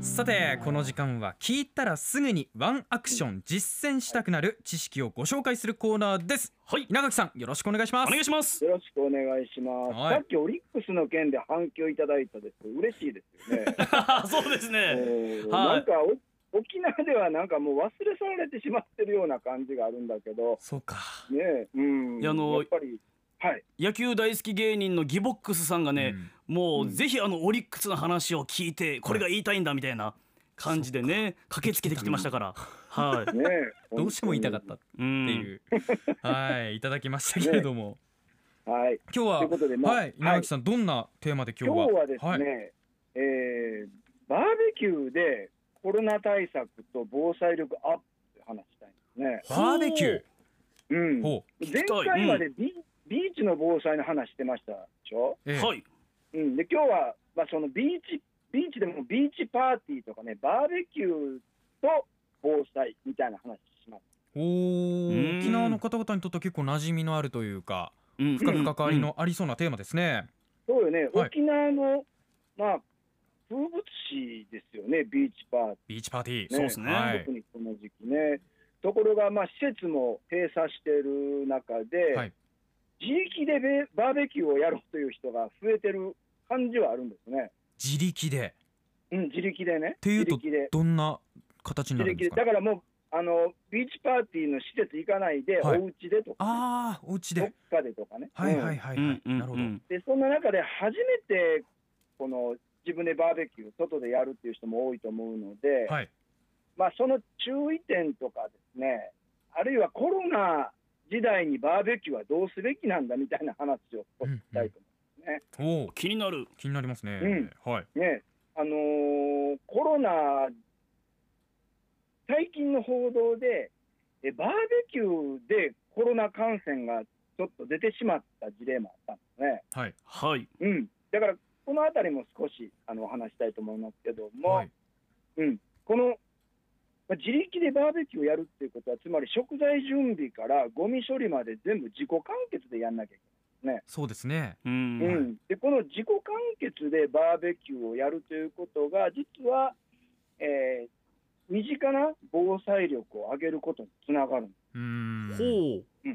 さてこの時間は聞いたらすぐにワンアクション実践したくなる知識をご紹介するコーナーですはい稲垣さんよろしくお願いしまおす願いします よろしくお願いします。はいさっきオリックスの件で反響いただいたです。嬉しいですよ ね。そうですねえーはいなんかお沖縄ではなんかもう忘れ去られてしまってるような感じがあるんだけど、そうかねえ、うん、いやあのやっぱりはい。野球大好き芸人のギボックスさんがね、もうぜひあのオリックスの話を聞いてこれが言いたいんだみたいな感じでね駆けつけてきてましたからはいね え、どうしても言いたかったってうんいう、はいいただきましたけれども、た。はい。今日はということでまあはい稲垣さん、どんなテーマで今今日は日はですね、はい、えーバーベキューでコロナ対策と防災力アップって話したいんですね。バーベキューうん。ほう前回までビ,、ビーチの防災の話してましたでしょ。ええはいうん、で今日は、まあ、そのビーチビーチでもビーチパーティーとかねバーベキューと防災みたいな話します。おーうん沖縄の方々にとっては結構馴染みのあるというかうん深く関わりのありそうなテーマですね、そうよね、はい沖縄の、まあ、風物詩ですよねビーチパーテビーチパーティー、ィーねそうですねはい特にこの時期ね。ところが、まあ、施設も閉鎖してる中で、はい自力でベバーベキューをやろうという人が増えてる感じはあるんですね。自力でうん、自力でね。ていうと自力でどんな形に自なるんで力ですかだからもうあのビーチパーティーの施設行かないで、はいお家でとか、ああお家どっでかでとかね、はいはいうんはいはい、なるほど、でそんな中で初めてこの自分でバーベキュー外でやるっていう人も多いと思うので、はいまあ、その注意点とかですねあるいはコロナ時代にバーベキューはどうすべきなんだみたいな話をうしんうたいんとおお気になる気になりますね、はい思う、ねあのーコロナ最近の報道でえバーベキューでコロナ感染がちょっと出てしまった事例もあったんですね。はいはいうん、だからこのあたりも少しあのお話したいと思いますけども、はいうん、このまあ自力でバーベキューをやるっていうことはつまり食材準備からゴミ処理まで全部自己完結でやんなきゃいそうですねうけんない、うん、でこの自己完結でバーベキューをやるということが実は、えー身近な防災力を上げることにつながるんですうーんほ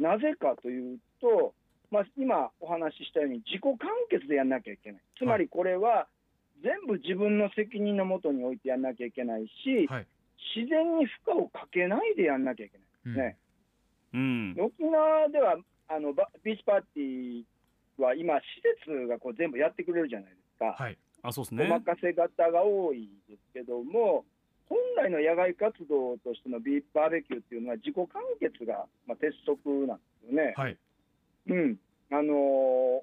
うなぜかというと、まあ、今お話ししたように自己完結でやんなきゃいけないつまりこれは全部自分の責任のもとに置いてやんなきゃいけないし、はい自然に負荷をかけないでやんなきゃいけないうんねうんで沖縄ではあのバビーチパーティーは今施設がこう全部やってくれるじゃないですか、はいあそうですおね任せ型が多いですけども本来の野外活動としてのビーバーベキューっていうのは自己完結が、まあ、鉄則なんですよね。はいうん、あのー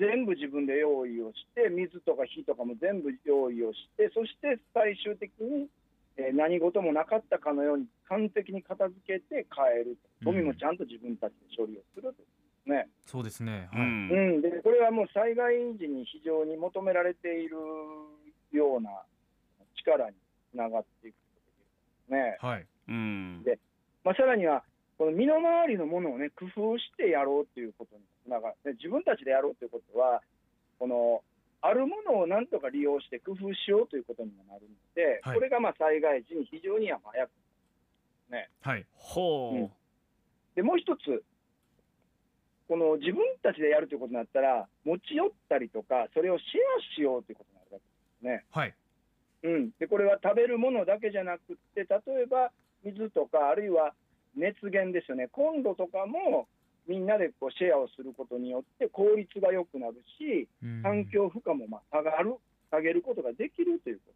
全部自分で用意をして、水とか火とかも全部用意をして、そして最終的に、えー何事もなかったかのように完璧に片付けて帰る、ゴミもちゃんと自分たちで処理をすると、ねそうですねうはい、んうんで、これはもう災害時に非常に求められているような力につながっていくことですね。はいうんまあ、さらには、この身の回りのものをね、工夫してやろうということにつながる、ね、自分たちでやろうということは、このあるものをなんとか利用して工夫しようということにもなるので、はいこれがまあ災害時に非常には早く、はいほでもう一つ、この自分たちでやるということになったら、持ち寄ったりとか、それをシェアしようということになるわけですね。はいうん、でこれは食べるものだけじゃなくって、例えば水とか、あるいは熱源ですよね、コンロとかもみんなでこうシェアをすることによって効率が良くなるし、うん環境負荷もまあ下がる、下げることができるというこ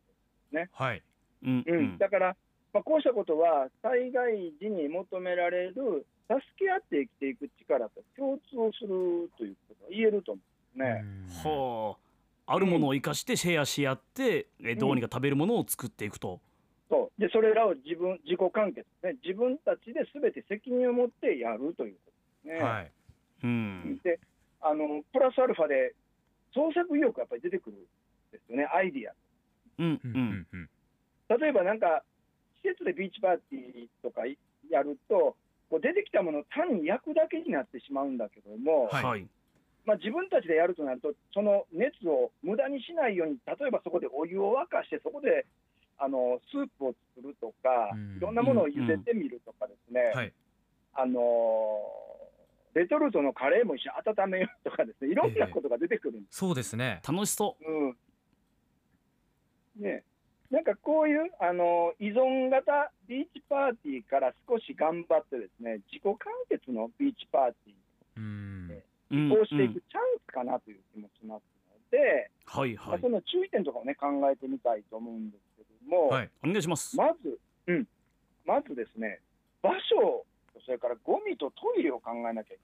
はいううんと、うんだから、まあ、こうしたことは、災害時に求められる助け合って生きていく力と共通するということが言えると思うんですね。うんほうあるものを生かしてシェアし合ってえどうにか食べるものを作っていくとそうでそれらを自分自己完結ね自分たちで全て責任を持ってやるということですね。はいうんであのプラスアルファで創作意欲がやっぱり出てくるんですよねアイディうんううんんうんうんア例えばなんか施設でビーチパーティーとかやるとこう出てきたものを単に焼くだけになってしまうんだけども、はいはいまあ、自分たちでやるとなると、その熱を無駄にしないように、例えばそこでお湯を沸かして、そこであのスープを作るとか、うんいろんなものを茹でてみるとかですね、はいあのレトルトのカレーも一緒に温めようとかですね、いろんなことが出てくるんでそうですね楽しそす。うんねなんかこういう、あの依存型ビーチパーティーから少し頑張ってですね、自己完結のビーチパーティーうんう、うんこうしていうんくチャンスかなという気もしますので、はいまはあいその注意点とかをね考えてみたいと思うんですけども、はいお願いしますまず、うん、まずですね場所とそれからゴミとトイレを考えなきゃい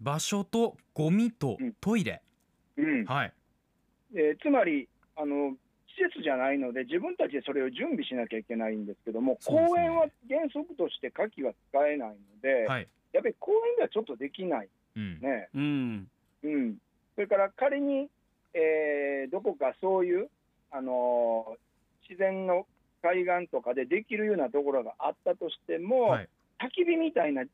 場所とゴミとうんトイレ、けない、うんはいえーつまりあの施設じゃないので自分たちでそれを準備しなきゃいけないんですけども、そうですね公園は原則として火器は使えないので、はいやっぱり公園ではちょっとできないうんね。うんうん、それから仮に、えーどこかそういう、あのー自然の海岸とかでできるようなところがあったとしても、はい焚き火みたいな地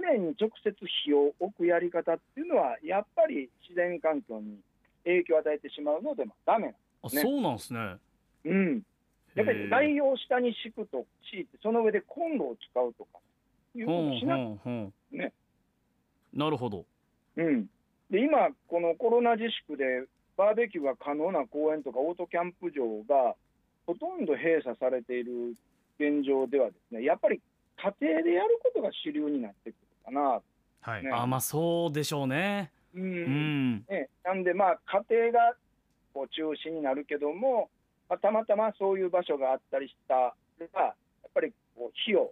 面に直接火を置くやり方っていうのはやっぱり自然環境に影響を与えてしまうので、まあ、ダメなんあねそうなんですねうん、やっぱへりー材料を下に敷くと敷いてその上でコンロを使うとかいうことをしなきゃほうほうほうねなるほどうん、で今、このコロナ自粛でバーベキューが可能な公園とかオートキャンプ場がほとんど閉鎖されている現状ではですねやっぱり家庭でやることが主流になってくるかな、はい、ねあまあそうでしょうねううんんね、なんで、まあ、家庭がこう中心になるけども、まあ、たまたまそういう場所があったりしたらやっぱりこう火を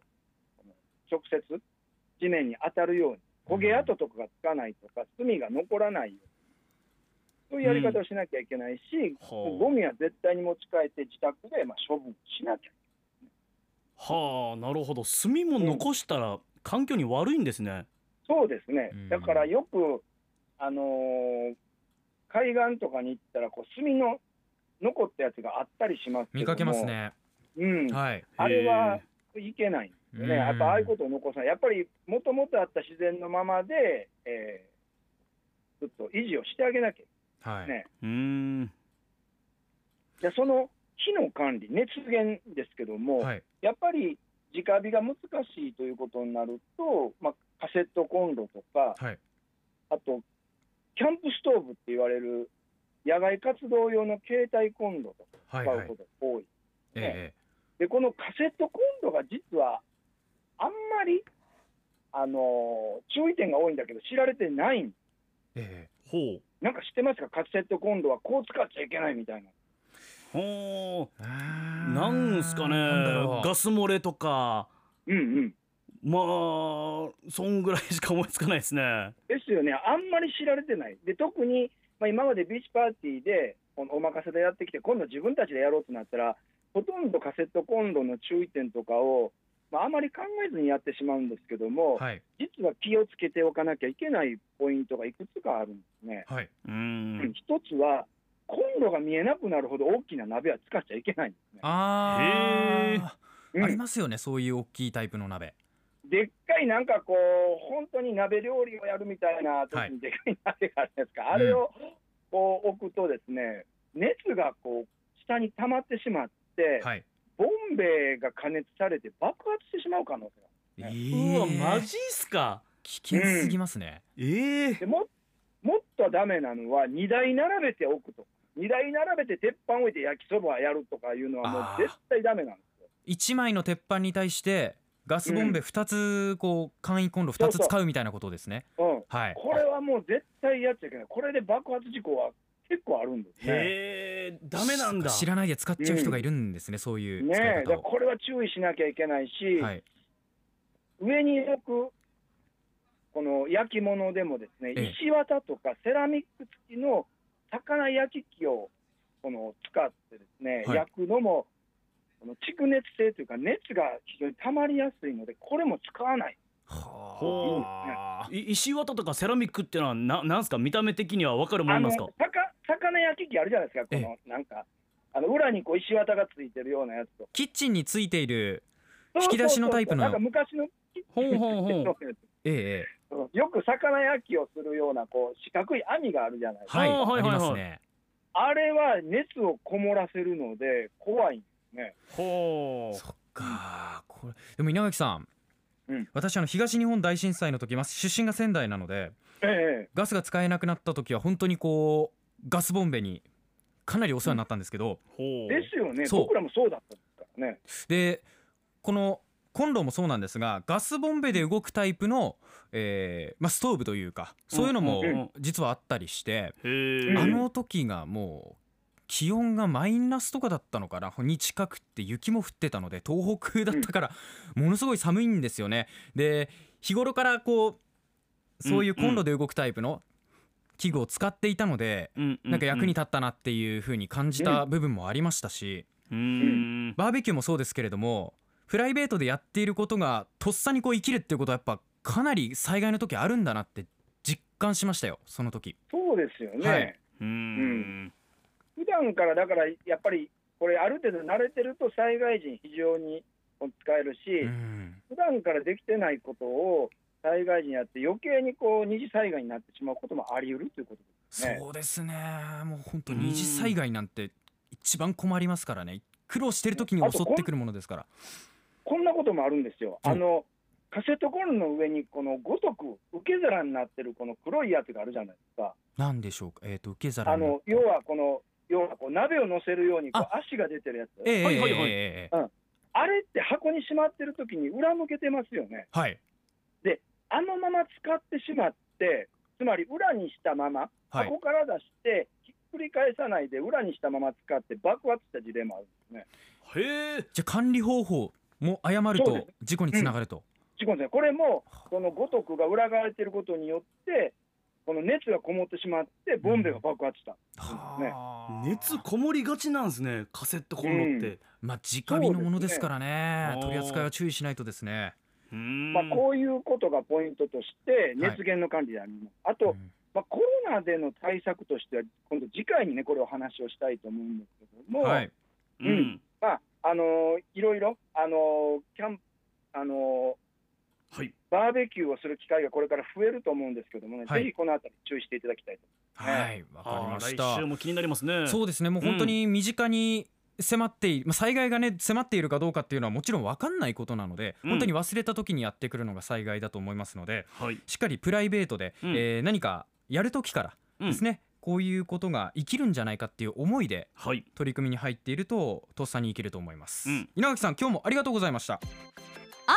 直接地面に当たるように焦げ跡とかがつかないとか炭が残らないようにそういうやり方をしなきゃいけないし、ほうゴミは絶対に持ち帰って自宅でまあ処分しなきゃはあなるほど炭も残したら環境に悪いんですねそうですねうん、だからよく、あのー海岸とかに行ったらこう炭の残ったやつがあったりしますけども見かけます、ねうん、はいあれはへいけないんですよね、うんやっぱああいうことを残さない、やっぱりもともとあった自然のままで、えー、ずっと維持をしてあげなきゃいはい、ねうーんけないで、その火の管理、熱源ですけども、はいやっぱり直火が難しいということになると、まあ、カセットコンロとか、はいあと、キャンプストーブって言われる野外活動用の携帯コンロとかはい使はういことが多い、ええでこのカセットコンロが実はあんまり、あのー注意点が多いんだけど、知られてないんええええほうなんか知ってますか、カセットコンロはこう使っちゃいけないみたいな。ほあうーなんすかねなんだろうガス漏れとかうんうん、まあそんぐらいしか思いつかないですねですよね、あんまり知られてない、で特に、まあ、今までビーチパーティーでこのお任せでやってきて、今度自分たちでやろうとなったら、ほとんどカセットコンロの注意点とかを、まあ、あまり考えずにやってしまうんですけども、はい実は気をつけておかなきゃいけないポイントがいくつかあるんですね。はいうーん一つは、コンロが見えなくなるほど大きな鍋は使っちゃいけないんですね。あへーーうんありますよねそういう大きいタイプの鍋でっかいなんかこう、本当に鍋料理をやるみたいな時にでかい鍋があるじゃないですか、あれをこう置くとですね、熱がこう下に溜まってしまって、はいボンベが加熱されて爆発してしまう可能性があえねうわえマジっすか危険すぎますねええるでももっとダメなのは、荷台並べておくと、荷台並べて鉄板置いて焼きそばやるとかいうのは、もうあー絶対ダメなんですよ。一枚の鉄板に対してガスボンベ二つこう簡易コンロ二つ使うみたいなことですねうんはいこれはもう絶対やっちゃいけない、これで爆発事故は結構あるんですね。へえダメなんだ知らないで使っちゃう人がいるんですね、そういうね使えい、だか方らを、これは注意しなきゃいけないし、はい上に置くこの焼き物でもですね、ええ石綿とかセラミック付きの魚焼き器をこの使ってですね、はい焼くのもこの蓄熱性というか熱が非常に溜まりやすいのでこれも使わないほい石綿とかセラミックってのはななんすか見た目的には分かるもあんなのんす魚か魚焼き器あるじゃないですかこのなんかあの裏にこう石綿がついてるようなやつとキッチンについているそうそうそう引き出しのタイプのなんか昔のほうほう ほう。ええええよく魚焼きをするようなこう四角い網があるじゃないですかはいあーはいありますはいねあれは熱をこもらせるので怖いんですね。ほう。そっかこれでも稲垣さん、うん私あの東日本大震災の時ます出身が仙台なのでええガスが使えなくなった時は本当にこうガスボンベにかなりお世話になったんですけど、ほう。ですよねそう僕らもそうだったですからね。でこのコンロもそうなんですがガスボンベで動くタイプの、えーまあ、ストーブというかそういうのもうんうんうん実はあったりして、へえ。あの時がもう気温がマイナスとかだったのかなに近くって雪も降ってたので東北だったからものすごい寒いんですよね。で日頃からこうそういうコンロで動くタイプの器具を使っていたので。うんなんか役に。立ったなっていう風に感じた部分もありましたし、うんうん。バーベキューもそうですけれどもプライベートでやっていることがとっさにこう生きるっていうことはやっぱかなり災害の時あるんだなって実感しましたよその時そうですよね。はいうんうん。普段からだからやっぱりこれある程度慣れてると災害時に非常に使えるし、うん普段からできてないことを災害時にやって余計にこう二次災害になってしまうこともあり得るということですね。そうですねもう本当に二次災害なんて一番困りますからね苦労してる時に襲ってくるものですからこんなこともあるんですよ。うんあのカセットコンロの上にこの五徳受け皿になってるこの黒いやつがあるじゃないですか。何でしょうかえっ、と受け皿あになっの要はこの要はこう鍋を乗せるようにこう足が出てるやつ。ええはいはいはいええええあれって箱にしまってる時に裏向けてますよね。はいあのまま使ってしまって、つまり裏にしたまま、はい箱から出して、ひっくり返さないで裏にしたまま使って爆発した事例もあるんですね。へえ。じゃあ管理方法も誤るそうでと事故につながると、事故ですねこれも、この五徳が裏返ってることによって、この熱がこもってしまって、ボンベが爆発した。ねはあ熱こもりがちなんですね。カセットコンロって。まあ直火のものですからねそうで取すねり扱いは注意しないとですねうん。まあ、こういうことがポイントとして、熱源の管理であります。あと、うんまあ、コロナでの対策としては、今度、次回にね、これを話をしたいと思うんですけども、はいうん。うん。まあ、あのいろいろ、あのキャンプ、あのはい。バーベキューをする機会がこれから増えると思うんですけどもね、はいぜひこのあたり注意していただきたいと。はい、わかりあましー来週た。も気になりますね。そうですね、もう本当に身近に迫っている、まあ、災害がね、迫っているかどうかっていうのはもちろん分かんないことなので、うん本当に忘れた時にやってくるのが災害だと思いますので、はい。しっかりプライベートで、うんえー何かやる時からうんですね、こういうことが生きるんじゃないかっていう思いではい。取り組みに入っていると、とっさに生きると思います。うん稲垣さん、今日もありがとうございました。ア